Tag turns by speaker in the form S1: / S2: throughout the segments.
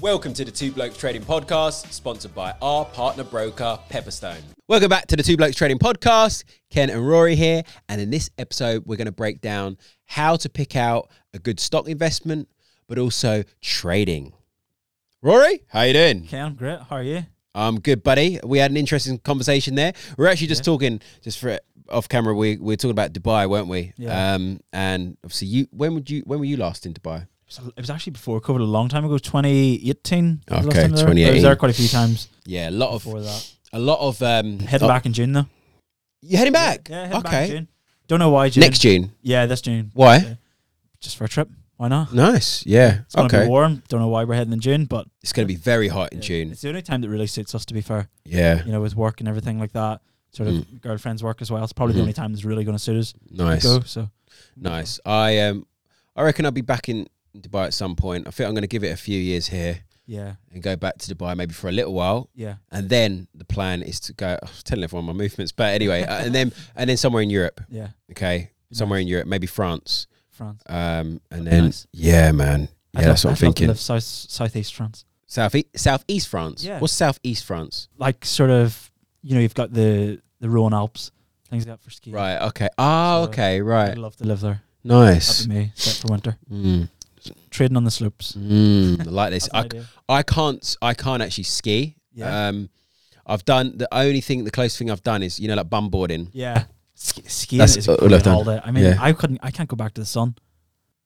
S1: Welcome to the Two Blokes Trading Podcast, sponsored by our partner broker, Pepperstone. Welcome back to the Two Blokes Trading Podcast. Ken and Rory here. And in this episode, we're going to break down how to pick out a good stock investment, but also trading. Rory, how you doing?
S2: Okay, I'm great. How are you?
S1: I'm good, buddy. We had an interesting conversation there. We are actually just talking, just for off camera, we, we were talking about Dubai, weren't we?
S2: Yeah.
S1: Um, and obviously, you when would you when were you last in Dubai?
S2: It was actually before COVID, a long time ago, 2018. was the last
S1: Okay,
S2: time I was there. I
S1: 2018.
S2: was there quite a few times
S1: Yeah, a lot of
S2: before that.
S1: a lot of um,
S2: Heading back in June, though.
S1: You heading back?
S2: Yeah, heading
S1: okay.
S2: back in June. Don't know why June.
S1: Next June.
S2: Yeah, this June.
S1: Why?
S2: Yeah. Just for a trip. Why not?
S1: Nice. Yeah.
S2: It's going to
S1: okay.
S2: be warm. Don't know why we're heading in June, but
S1: It's going to be very hot in
S2: yeah,
S1: June.
S2: it's the only time that really suits us, to be fair.
S1: Yeah.
S2: You know, with work and everything like that, sort of girlfriend's work as well. It's probably
S1: Mhm.
S2: the only time that's really going to suit us. to
S1: Mm. Nice.
S2: Go, so.
S1: Nice. I um, I reckon I'll be back in Dubai at some point. I think I'm going to give it a few years here
S2: Yeah,
S1: and go back to Dubai maybe for a little while.
S2: yeah.
S1: And then the plan is to go. I was telling everyone my movements, but anyway, uh, and then and then somewhere in Europe.
S2: Yeah,
S1: Okay, somewhere in Europe, maybe France.
S2: France.
S1: Um, and
S2: That'd be
S1: then
S2: nice.
S1: yeah, man, yeah,
S2: I'd
S1: that's
S2: love-
S1: what I'm
S2: I'd love to
S1: thinking.
S2: live south, southeast France.
S1: South southeast France.
S2: Yeah.
S1: What's southeast France?
S2: like sort of you know you've got the the Rhone Alps things like that for skiing.
S1: Right. Okay. Oh,
S2: So-
S1: okay. Right.
S2: I'd love to live there.
S1: Nice.
S2: That'd be me, set for winter.
S1: Mm.
S2: Trading on the slopes.
S1: Mm, I like this.
S2: That's
S1: I,
S2: an idea.
S1: I can't I can't actually ski.
S2: Yeah.
S1: Um, I've done the only thing the closest thing I've done is you know like bumboarding.
S2: yeah. Ski- skiing
S1: That's
S2: is
S1: all
S2: great
S1: I've done.
S2: holiday. I mean,
S1: Yeah.
S2: I couldn't. I can't go back to the sun.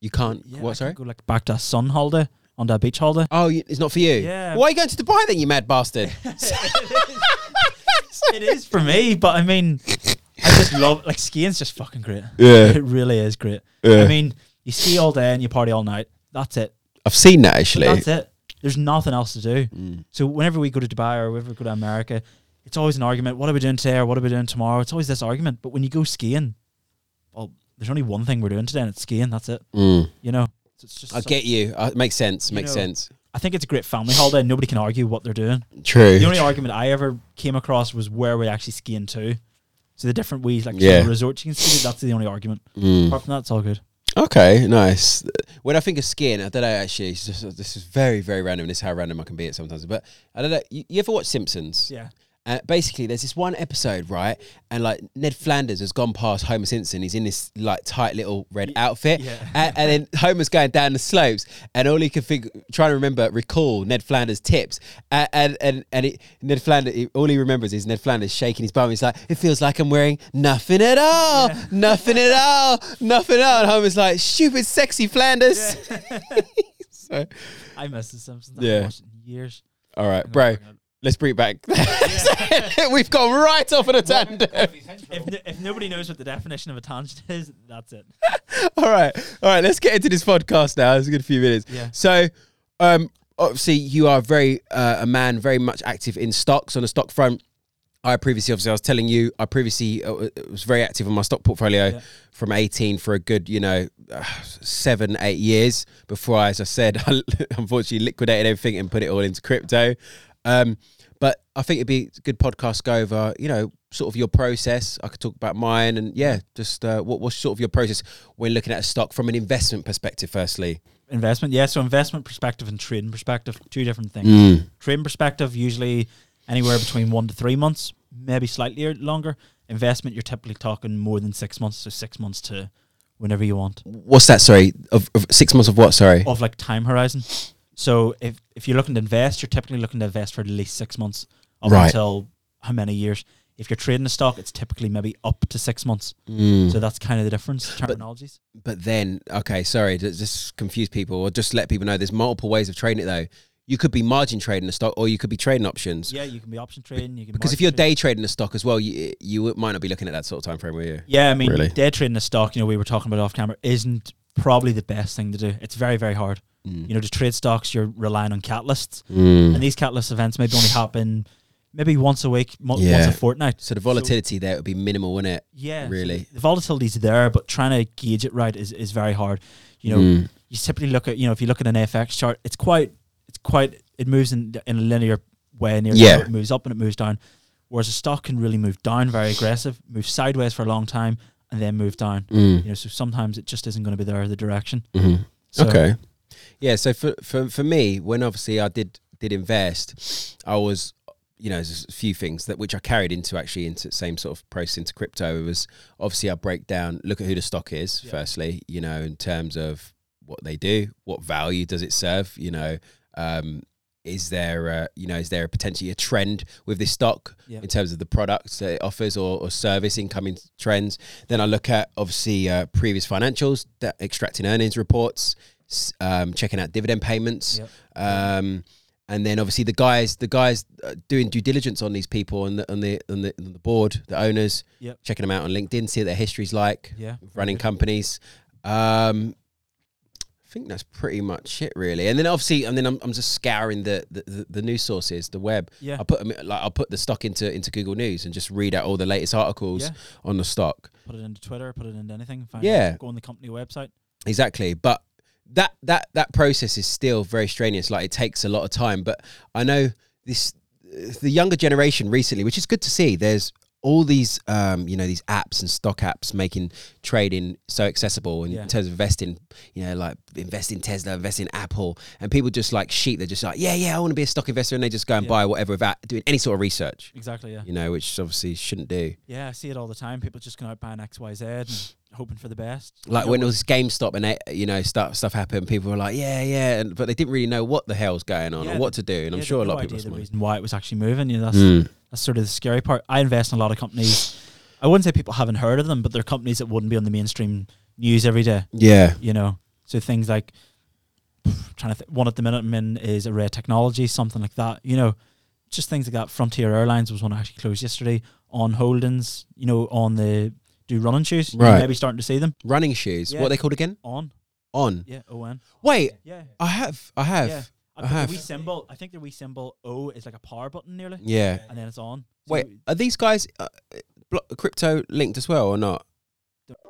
S1: You can't.
S2: Yeah, I
S1: what? Sorry.
S2: Can't go like back to a sun holiday on that beach holiday.
S1: Oh, you, it's not for you.
S2: Yeah.
S1: Why are you going to Dubai then, you mad bastard?
S2: it is for me, but I mean, I just love like skiing's just fucking great.
S1: yeah.
S2: It really is great.
S1: Yeah.
S2: I mean, you ski all day and you party all night. That's it.
S1: I've seen that
S2: But
S1: actually. Mm,
S2: that's it. There's nothing else to do. So whenever we go to Dubai or whenever we go to America, it's always an argument. What are we doing today or what are we doing tomorrow? It's always this argument. But when you go skiing, well, there's only one thing we're doing today, and it's skiing. That's it.
S1: Mm.
S2: You know, so it's just.
S1: I
S2: so-
S1: get you. Uh, makes sense.
S2: You
S1: Makes
S2: know-
S1: sense.
S2: I think it's a great family holiday. and Nobody can argue what they're doing.
S1: True.
S2: The only argument I ever came across was where we actually skiing to. So the different ways, like
S1: Yeah.
S2: some resorts you can ski. to, That's the only argument.
S1: Mm.
S2: Apart from that, it's all good.
S1: Okay, nice. When I think of skiing, I don't know actually. It's just, this is very, very random. This is how random I can be at sometimes. But I don't know. You, you ever watch Simpsons?
S2: Yeah.
S1: Uh, basically, there's this one episode, right? And like Ned Flanders has gone past Homer Simpson. He's in this like tight little red outfit,
S2: yeah.
S1: and, and then Homer's going down the slopes, and all he can think, trying to remember, recall Ned Flanders' tips, and and and, and it, Ned Flanders, he- all he remembers is Ned Flanders shaking his bum. He's like, "It feels like I'm wearing nothing at all, nothing at all, nothing at all." And Homer's like, "Stupid, sexy Flanders." so,
S2: I miss The Simpsons.
S1: Yeah.
S2: Yeah. Watched it in years.
S1: all right, bro, let's bring it back. We've gone right off on a tangent.
S2: If, no, if nobody knows what the definition of a tangent is, that's it.
S1: all right, all right. Let's get into this podcast now. It's a good few minutes.
S2: Yeah.
S1: So, um, obviously, you are very uh, a man very much active in stocks on the stock front. I previously, obviously, I was telling you, I previously uh, w- was very active in my stock portfolio
S2: Yeah.
S1: from 18 for a good, you know, uh, seven, eight years before I, as I said, I unfortunately liquidated everything and put it all into crypto. Um, but I think it'd be a good podcast to go over, you know, sort of your process. I could talk about mine and yeah, just uh, what, what's sort of your process when looking at a stock from an investment perspective, firstly?
S2: Investment, yeah. So investment perspective and trading perspective, two different
S1: Mm.
S2: things. Trading perspective, usually anywhere between one to three months, maybe slightly er- longer. Investment, you're typically talking more than six months, so six months to whenever you want
S1: what's that? Sorry, of, of six months of what? Sorry.
S2: of like time horizon. So if if you're looking to invest, you're typically looking to invest for at least six months up
S1: Right.
S2: until how many years. If you're trading a stock, it's typically maybe up to six months. So that's kind of the difference terminologies.
S1: Hmm. Mm. But then, okay, sorry, to just confuse people or just let people know there's multiple ways of trading it though. You could be margin trading a stock, or you could be trading options.
S2: yeah, you can be option trading. You can
S1: Because if
S2: market
S1: you're
S2: trading.
S1: day trading a stock as well, you you might not be looking at that sort of time frame, will you?
S2: Yeah, I mean,
S1: Really.
S2: day trading the stock, you know, we were talking about off camera, isn't probably the best thing to do. It's very, very hard.
S1: Mm.
S2: You know, to trade stocks, you're relying on catalysts, and these catalyst events maybe only happen maybe once a week, mo-
S1: Yeah.
S2: once a fortnight.
S1: So the volatility there would be minimal, wouldn't it?
S2: Yeah, so
S1: Really?
S2: the volatility's there, but trying to gauge it right is, is very hard. You
S1: Mm.
S2: know, you typically look at you know if you look at an FX chart, it's quite it's quite it moves in in a linear way. Near
S1: Yeah.
S2: it moves up and it moves down. Whereas a stock can really move down very aggressive, move sideways for a long time, Mm. and then move down. You know, so sometimes it just isn't going to be there the direction. So
S1: Okay. Yeah, so for, for for me, when obviously I did did invest, I was you know, there's a few things that which I carried into actually into the same sort of process into crypto. It was obviously I break down, look at who the stock is,
S2: Yeah.
S1: firstly, you know, in terms of what they do, what value does it serve, you know, um, is there, a, you know, is there a potentially a trend with this stock
S2: Yeah.
S1: in terms of the products that it offers or, or service incoming trends? Then I look at obviously uh, previous financials, that extracting earnings reports, s- um, checking out dividend payments,
S2: Yep.
S1: um, and then obviously the guys, the guys uh, doing due diligence on these people and the on the on the, on the board, the owners,
S2: Yep.
S1: checking them out on LinkedIn, see what their history's like,
S2: Yeah.
S1: running companies. Um, I think that's pretty much it, really. And then obviously, and then I'm, I'm just scouring the, the, the, the news sources, the web.
S2: Yeah.
S1: I put 'em- like I put the stock into into Google News and just read out all the latest articles
S2: Yeah.
S1: on the stock.
S2: Put it into Twitter, put it into anything. Find
S1: Yeah.
S2: Out. Go on the company website.
S1: Exactly, but that that that process is still very strenuous. Like it takes a lot of time. But I know this the younger generation recently, which is good to see. There's all these um, you know these apps and stock apps making trading so accessible in
S2: Yeah.
S1: terms of investing. You know, like invest in Tesla, invest in Apple, and people just like sheep. They're just like, yeah, yeah, I want to be a stock investor, and they just go and
S2: Yeah.
S1: buy whatever without doing any sort of research.
S2: Exactly. Yeah.
S1: You know, which obviously shouldn't do.
S2: Yeah. I see it all the time. People just going out buying X, Y, Z, and hoping for the best.
S1: like
S2: You know,
S1: when it was GameStop and eh, you know stuff stuff happened, people were like, yeah, yeah, and, but they didn't really know what the hell's going on
S2: Yeah,
S1: or what to do. And I'm
S2: yeah,
S1: sure a
S2: they've
S1: lot
S2: no
S1: of people.
S2: idea the
S1: are
S2: reason why it was actually moving. You know, that's
S1: Mm.
S2: that's sort of the scary part. I invest in a lot of companies. I wouldn't say people haven't heard of them, but they're companies that wouldn't be on the mainstream news every day.
S1: Yeah,
S2: You know, so things like trying to th- one at the minute I'm in is Array Technology, something like that. You know, just things like that. Frontier Airlines was one I actually closed yesterday. On Holdings, you know, on the do running shoes. You're
S1: Right.
S2: maybe starting to see them
S1: running shoes.
S2: Yeah.
S1: What are they called again?
S2: on.
S1: On.
S2: Yeah, O N.
S1: Wait,
S2: Yeah.
S1: I have, I have.
S2: Yeah.
S1: I
S2: I put
S1: have.
S2: the wee symbol. I think the wee symbol O is like a power button nearly,
S1: Yeah.
S2: and then it's on. So
S1: Wait, are these guys uh, blo- crypto linked as well or not?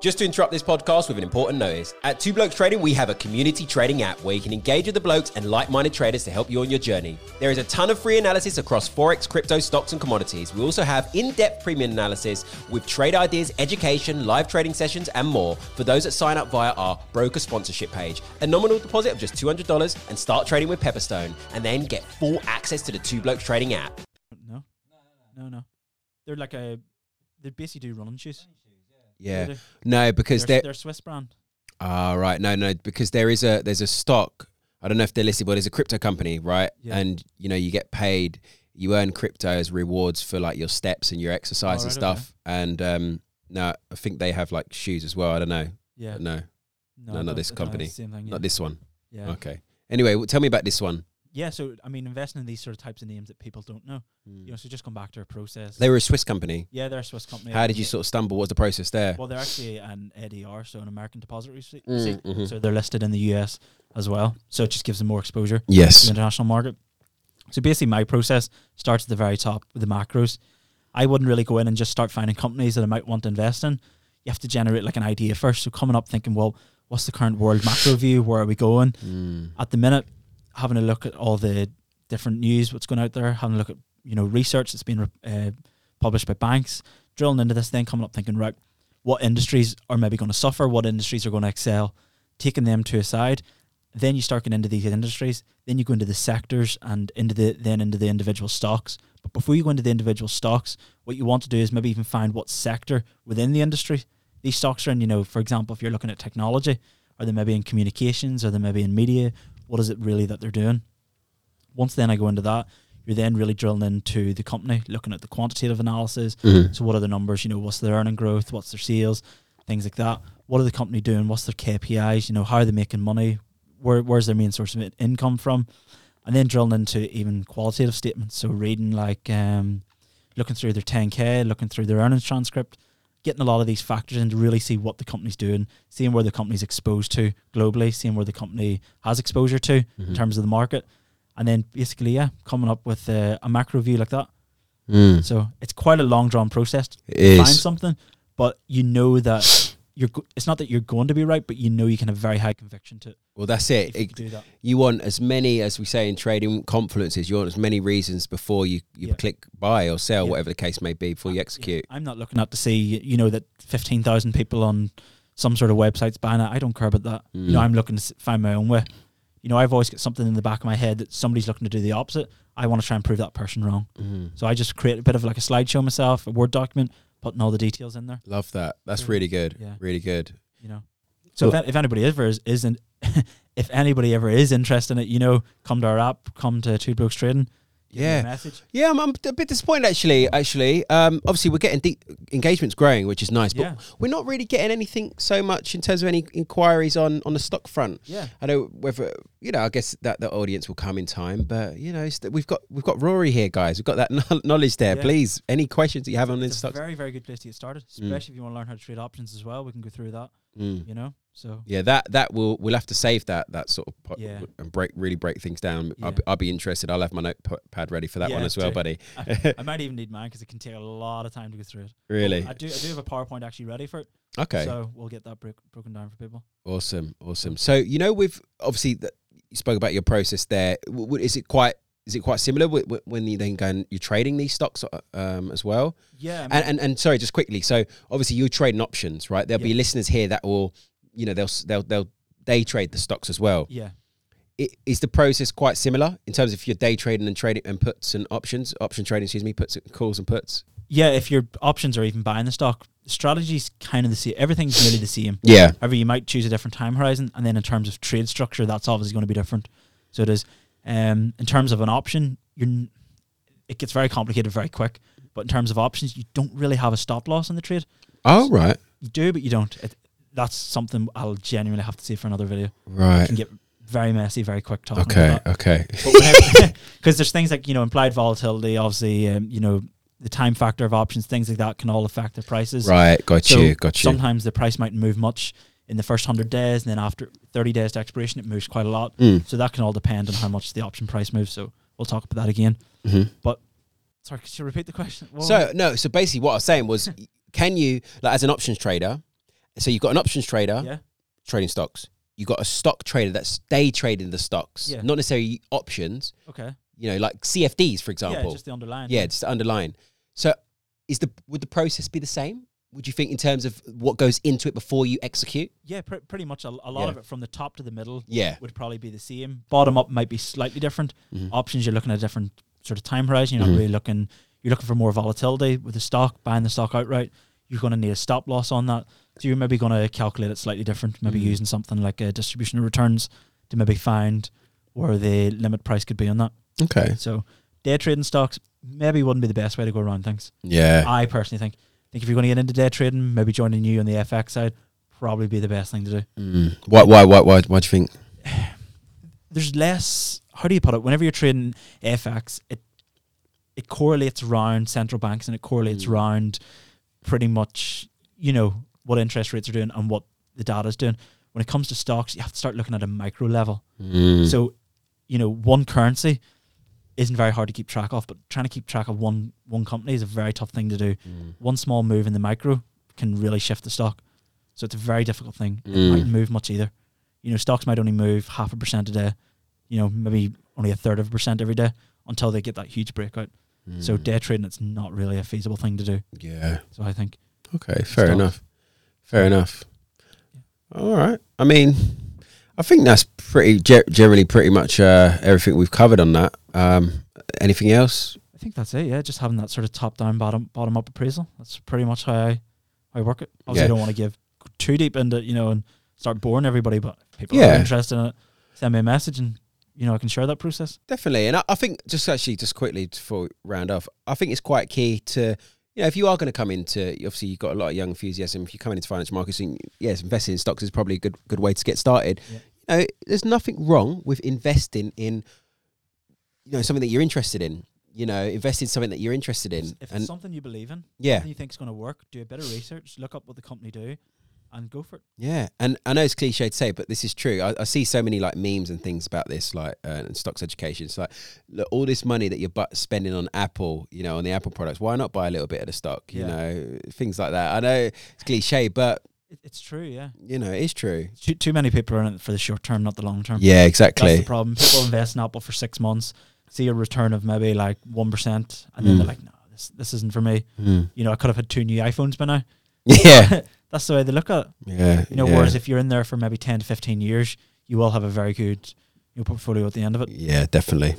S1: Just to interrupt this podcast with an important notice. At Two Blokes Trading, we have a community trading app where you can engage with the blokes and like minded traders to help you on your journey. There is a ton of free analysis across Forex, crypto, stocks, and commodities. We also have in depth premium analysis with trade ideas, education, live trading sessions, and more for those that sign up via our broker sponsorship page. A nominal deposit of just $200 and start trading with Pepperstone, and then get full access to the Two Blokes Trading app.
S2: No. No, no. They're like a. They basically do running shoes.
S1: Yeah.
S2: They do.
S1: No, because
S2: They're, they're Swiss brand.
S1: Ah, right. No, no, because there is a there's a stock. I don't know if they're listed, but there's a crypto company, right?
S2: Yeah.
S1: And you know, you get paid, you earn crypto as rewards for like your steps and your exercise and
S2: Alright,
S1: stuff. And um, no, I think they have like shoes as well. I don't know. No,
S2: Yeah. No,
S1: no,
S2: I
S1: not
S2: don't-
S1: this
S2: I don't know,
S1: company.
S2: it's the Same thing. Yeah.
S1: not this one.
S2: yeah.
S1: Okay. Anyway, well, tell me about this one.
S2: yeah. So I mean, investing in these sort of types of names that people don't know. You know, so just come back to our process.
S1: They were a Swiss company.
S2: Mm. yeah, they're a Swiss company.
S1: How did you sort of stumble? What's the process there?
S2: Well, they're actually an ADR, so an American depository receipt.
S1: Mm,
S2: receipt.
S1: mhm.
S2: So they're listed in the US as well. So it just gives them more exposure. the
S1: Yes.
S2: international market. So basically, my process starts at the very top with the macros. I wouldn't really go in and just start finding companies that I might want to invest in. You have to generate like an idea first. So coming up thinking, well, what's the current world macro view? Where are we going?
S1: Mm.
S2: At the minute, having a look at all the different news, what's going out there, having a look at you know research that's been uh, published by banks, drilling into this thing, coming up thinking, right, what industries are maybe going to suffer? What industries are going to excel? Taking them to a side, then you start getting into these industries. Then you go into the sectors and into the then into the individual stocks. But before you go into the individual stocks, what you want to do is maybe even find what sector within the industry these stocks are in. You know, for example, if you're looking at technology, are they maybe in communications? Are they maybe in media? What is it really that they're doing? Once then I go into that, you're then really drilling into the company, looking at the quantitative analysis.
S1: Mm-hmm.
S2: So what are the numbers? You know, what's their earning growth? What's their sales? Things like that. What are the company doing? What's their KPIs? You know, how are they making money? Where where's their main source of in- income from? And then drilling into even qualitative statements. So reading like um, looking through their 10K, looking through their earnings transcript, getting a lot of these factors in to really see what the company's doing, seeing where the company's exposed to globally, seeing where the company has exposure to
S1: Hmm. Mm-hmm.
S2: in terms of the market. And then basically, yeah, coming up with uh, a macro view like that.
S1: Mm.
S2: So it's quite a long drawn process to
S1: It
S2: find
S1: is.
S2: something, but you know that you're. Go- it's not that you're going to be right, but you know you can have very high conviction to it
S1: Well, that's
S2: if
S1: it.
S2: you
S1: It-
S2: do that.
S1: you want as many as we say in trading confluences you want as many reasons before you, you
S2: Yeah.
S1: click buy or sell
S2: Yeah.
S1: whatever the case may be before you execute
S2: I'm not looking out to see you know that fifteen thousand people on some sort of websites buying it. I don't care about that. You know,
S1: Mm.
S2: I'm looking to s- find my own way. you know, I've always got something in the back of my head that somebody's looking to do the opposite. I want to try and prove that person wrong.
S1: Mm.
S2: So I just create a bit of like a slideshow myself, a Word document, putting all the details in there.
S1: Love that. That's really good.
S2: Yeah.
S1: Really good.
S2: You know, so if, if anybody ever is, isn't, if anybody ever is interested in it, you know, come to our app, come to Two Blokes Trading. give me a
S1: Yeah.
S2: message.
S1: Yeah, I'm, I'm a bit disappointed actually. Actually, um, obviously we're getting de- engagements growing, which is nice, but
S2: Yeah.
S1: we're not really getting anything so much in terms of any inquiries on on the stock front.
S2: Yeah.
S1: I know whether you know. I guess that the audience will come in time, but you know, it's that we've got we've got Rory here, guys. We've got that kno- knowledge there.
S2: Yeah.
S1: Please, any questions that you have on
S2: It's
S1: this
S2: a
S1: stock?
S2: very, very good place to get started, especially if you want to learn how to trade options as well. We can go through that,
S1: Mm.
S2: you know. So
S1: Yeah, that that will we'll have to save that that sort of po-
S2: Yeah.
S1: and break really break things down.
S2: Yeah.
S1: I'll, be, I'll be interested. I'll have my notepad ready for that
S2: Yeah,
S1: one as well,
S2: do.
S1: buddy.
S2: I, I might even need mine because it can take a lot of time to go through it.
S1: Really?
S2: I do, I do have a PowerPoint actually ready for it,
S1: Okay.
S2: so we'll get that broke, broken down for people.
S1: Awesome, awesome. So you know, with obviously the, you spoke about your process there. W- w- Is it quite is it quite similar wh- wh- when you then go and you're trading these stocks uh, um, as well?
S2: Yeah, I mean,
S1: And, and and sorry, just quickly. So obviously you're trading options, right? There'll be
S2: Yeah.
S1: listeners here that will, you know, they'll s- they'll they'll day trade the stocks as well.
S2: yeah,
S1: I- Is the process quite similar in terms of if you're day trading and trading and puts and options, option trading, excuse me, puts and calls and puts?
S2: yeah. If your options are even buying the stock, the strategy's kind of the same. Everything's nearly the same.
S1: Yeah,
S2: However, you might choose a different time horizon, and then in terms of trade structure, that's obviously going to be different. So it is. Um, in terms of an option, you're n- it gets very complicated very quick. But in terms of options, you don't really have a stop loss in the trade.
S1: Oh right,
S2: You do, but you don't. It, that's something I'll genuinely have to say for another video. It
S1: right.
S2: can get very messy very quick talking.
S1: Okay,
S2: About that.
S1: okay.
S2: because there's things like you know implied volatility, obviously, um, you know the time factor of options, things like that can all affect the prices.
S1: Right, got
S2: So
S1: you, got you.
S2: Sometimes the price might move much in the first hundred days, and then after thirty days to expiration, it moves quite a lot.
S1: Mm.
S2: So that can all depend on how much the option price moves. So we'll talk about that again.
S1: Mhm.
S2: Sorry, could you repeat the question? What was
S1: So no, so basically what I was saying was, can you like as an options trader? So you've got an options trader
S2: it? yeah,
S1: trading stocks. You've got a stock trader that's day trading the stocks,
S2: Yeah.
S1: not necessarily options.
S2: okay,
S1: You know, like CFDs for
S2: yeah,
S1: example.
S2: just the underlying.
S1: Yeah, just to underline. So is the would the process be the same? Would you think in terms of what goes into it before you execute?
S2: yeah, pr- pretty much a, a lot
S1: Yeah.
S2: of it from the top to the middle
S1: Yeah.
S2: would probably be the same. Bottom up might be slightly different.
S1: Mhm.
S2: Options you're looking at a different sort of time horizon. You're not
S1: Mhm.
S2: really looking. You're looking for more volatility with the stock. Buying the stock outright, you're going to need a stop loss on that. So you're maybe going to calculate it slightly different. Maybe
S1: Mhm.
S2: using something like a distribution of returns to maybe find where the limit price could be on that.
S1: Okay.
S2: So day trading stocks maybe wouldn't be the best way to go around things.
S1: Yeah.
S2: I personally think. think if you're going to get into day trading, maybe joining you on the FX side probably be the best thing to do.
S1: Why, why why why why do you think?
S2: there's less how do you put it whenever you're trading fx it it correlates around central banks and it correlates
S1: Mm.
S2: around pretty much you know what interest rates are doing and what the data is doing when it comes to stocks you have to start looking at a micro level
S1: Mm.
S2: so you know one currency isn't very hard to keep track of but trying to keep track of one one company is a very tough thing to do one small move in the micro can really shift the stock. So it's a very difficult thing. It
S1: Mm.
S2: mightn't move much either. You know, stocks might only move half a percent a day, you know, maybe only a third of a percent every day until they get that huge breakout.
S1: Mm.
S2: So day trading, it's not really a feasible thing to do.
S1: yeah.
S2: So I think,
S1: Okay, fair
S2: Stocks.
S1: enough. Fair enough. All right. I mean, I think that's pretty ge- generally pretty much uh, everything we've covered on that. Um, anything else?
S2: I think that's it. Yeah, just having that sort of top down, bottom bottom up appraisal. That's pretty much how I, how I work it. Obviously,
S1: Yeah.
S2: I don't want to give too deep into you know and start boring everybody, but if people
S1: Yeah.
S2: are interested in it. Send me a message, and you know I can share that process.
S1: Definitely. And I, I think just actually just quickly before we round off, I think it's quite key to you know if you are going to come into obviously you've got a lot of young enthusiasm. If you're coming into financial markets, and yes, investing in stocks is probably a good good way to get started.
S2: Yeah.
S1: You know, there's nothing wrong with investing in you know something that you're interested in. You know, invest in something that you're interested in,
S2: If it's
S1: and
S2: something you believe in,
S1: yeah,
S2: something you think's going to work, do a bit of research, look up what the company do, and go for it.
S1: Yeah, and I know it's cliche to say, but this is true. I, I see so many like memes and things about this, like uh, and stocks education. It's like look, all this money that you're bu- spending on Apple, you know, on the Apple products. Why not buy a little bit of the stock? You
S2: Yeah.
S1: know, things like that. I know it's cliche, but
S2: it it's true, yeah.
S1: you know, it's true.
S2: Too, too many people are in it for the short term, not the long term.
S1: Yeah,
S2: That's the
S1: exactly.
S2: problem. People invest in Apple for six months, see a return of maybe like 1%, and then
S1: Mm.
S2: they're like, no, this, this isn't for me.
S1: Mm.
S2: You know, I could have had two new iPhones by now.
S1: Yeah,
S2: That's the way they look at it.
S1: yeah.
S2: You know,
S1: yeah.
S2: whereas if you're in there for maybe 10 to 15 years, you will have a very good, your portfolio at the end of it.
S1: Yeah, definitely.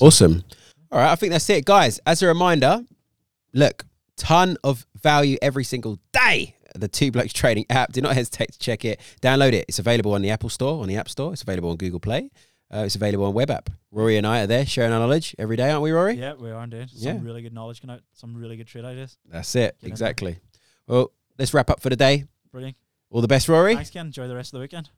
S1: Awesome. All right, I think that's it, guys. As a reminder, look, ton of value every single day. at The Two Blokes Trading app. Do not hesitate to check it. Download it. It's available on the Apple Store, on the App Store. It's available on Google Play. Uh, it's available on web app. Rory and I are there sharing our knowledge every day, aren't we, Rory?
S2: Yeah, we are indeed. Some
S1: Yeah.
S2: really good knowledge going out. Some really good trade ideas.
S1: That's it.
S2: Get in there.
S1: exactly. Well, let's wrap up for the day.
S2: Brilliant.
S1: All the best, Rory.
S2: Thanks, Ken. Enjoy the rest of the weekend.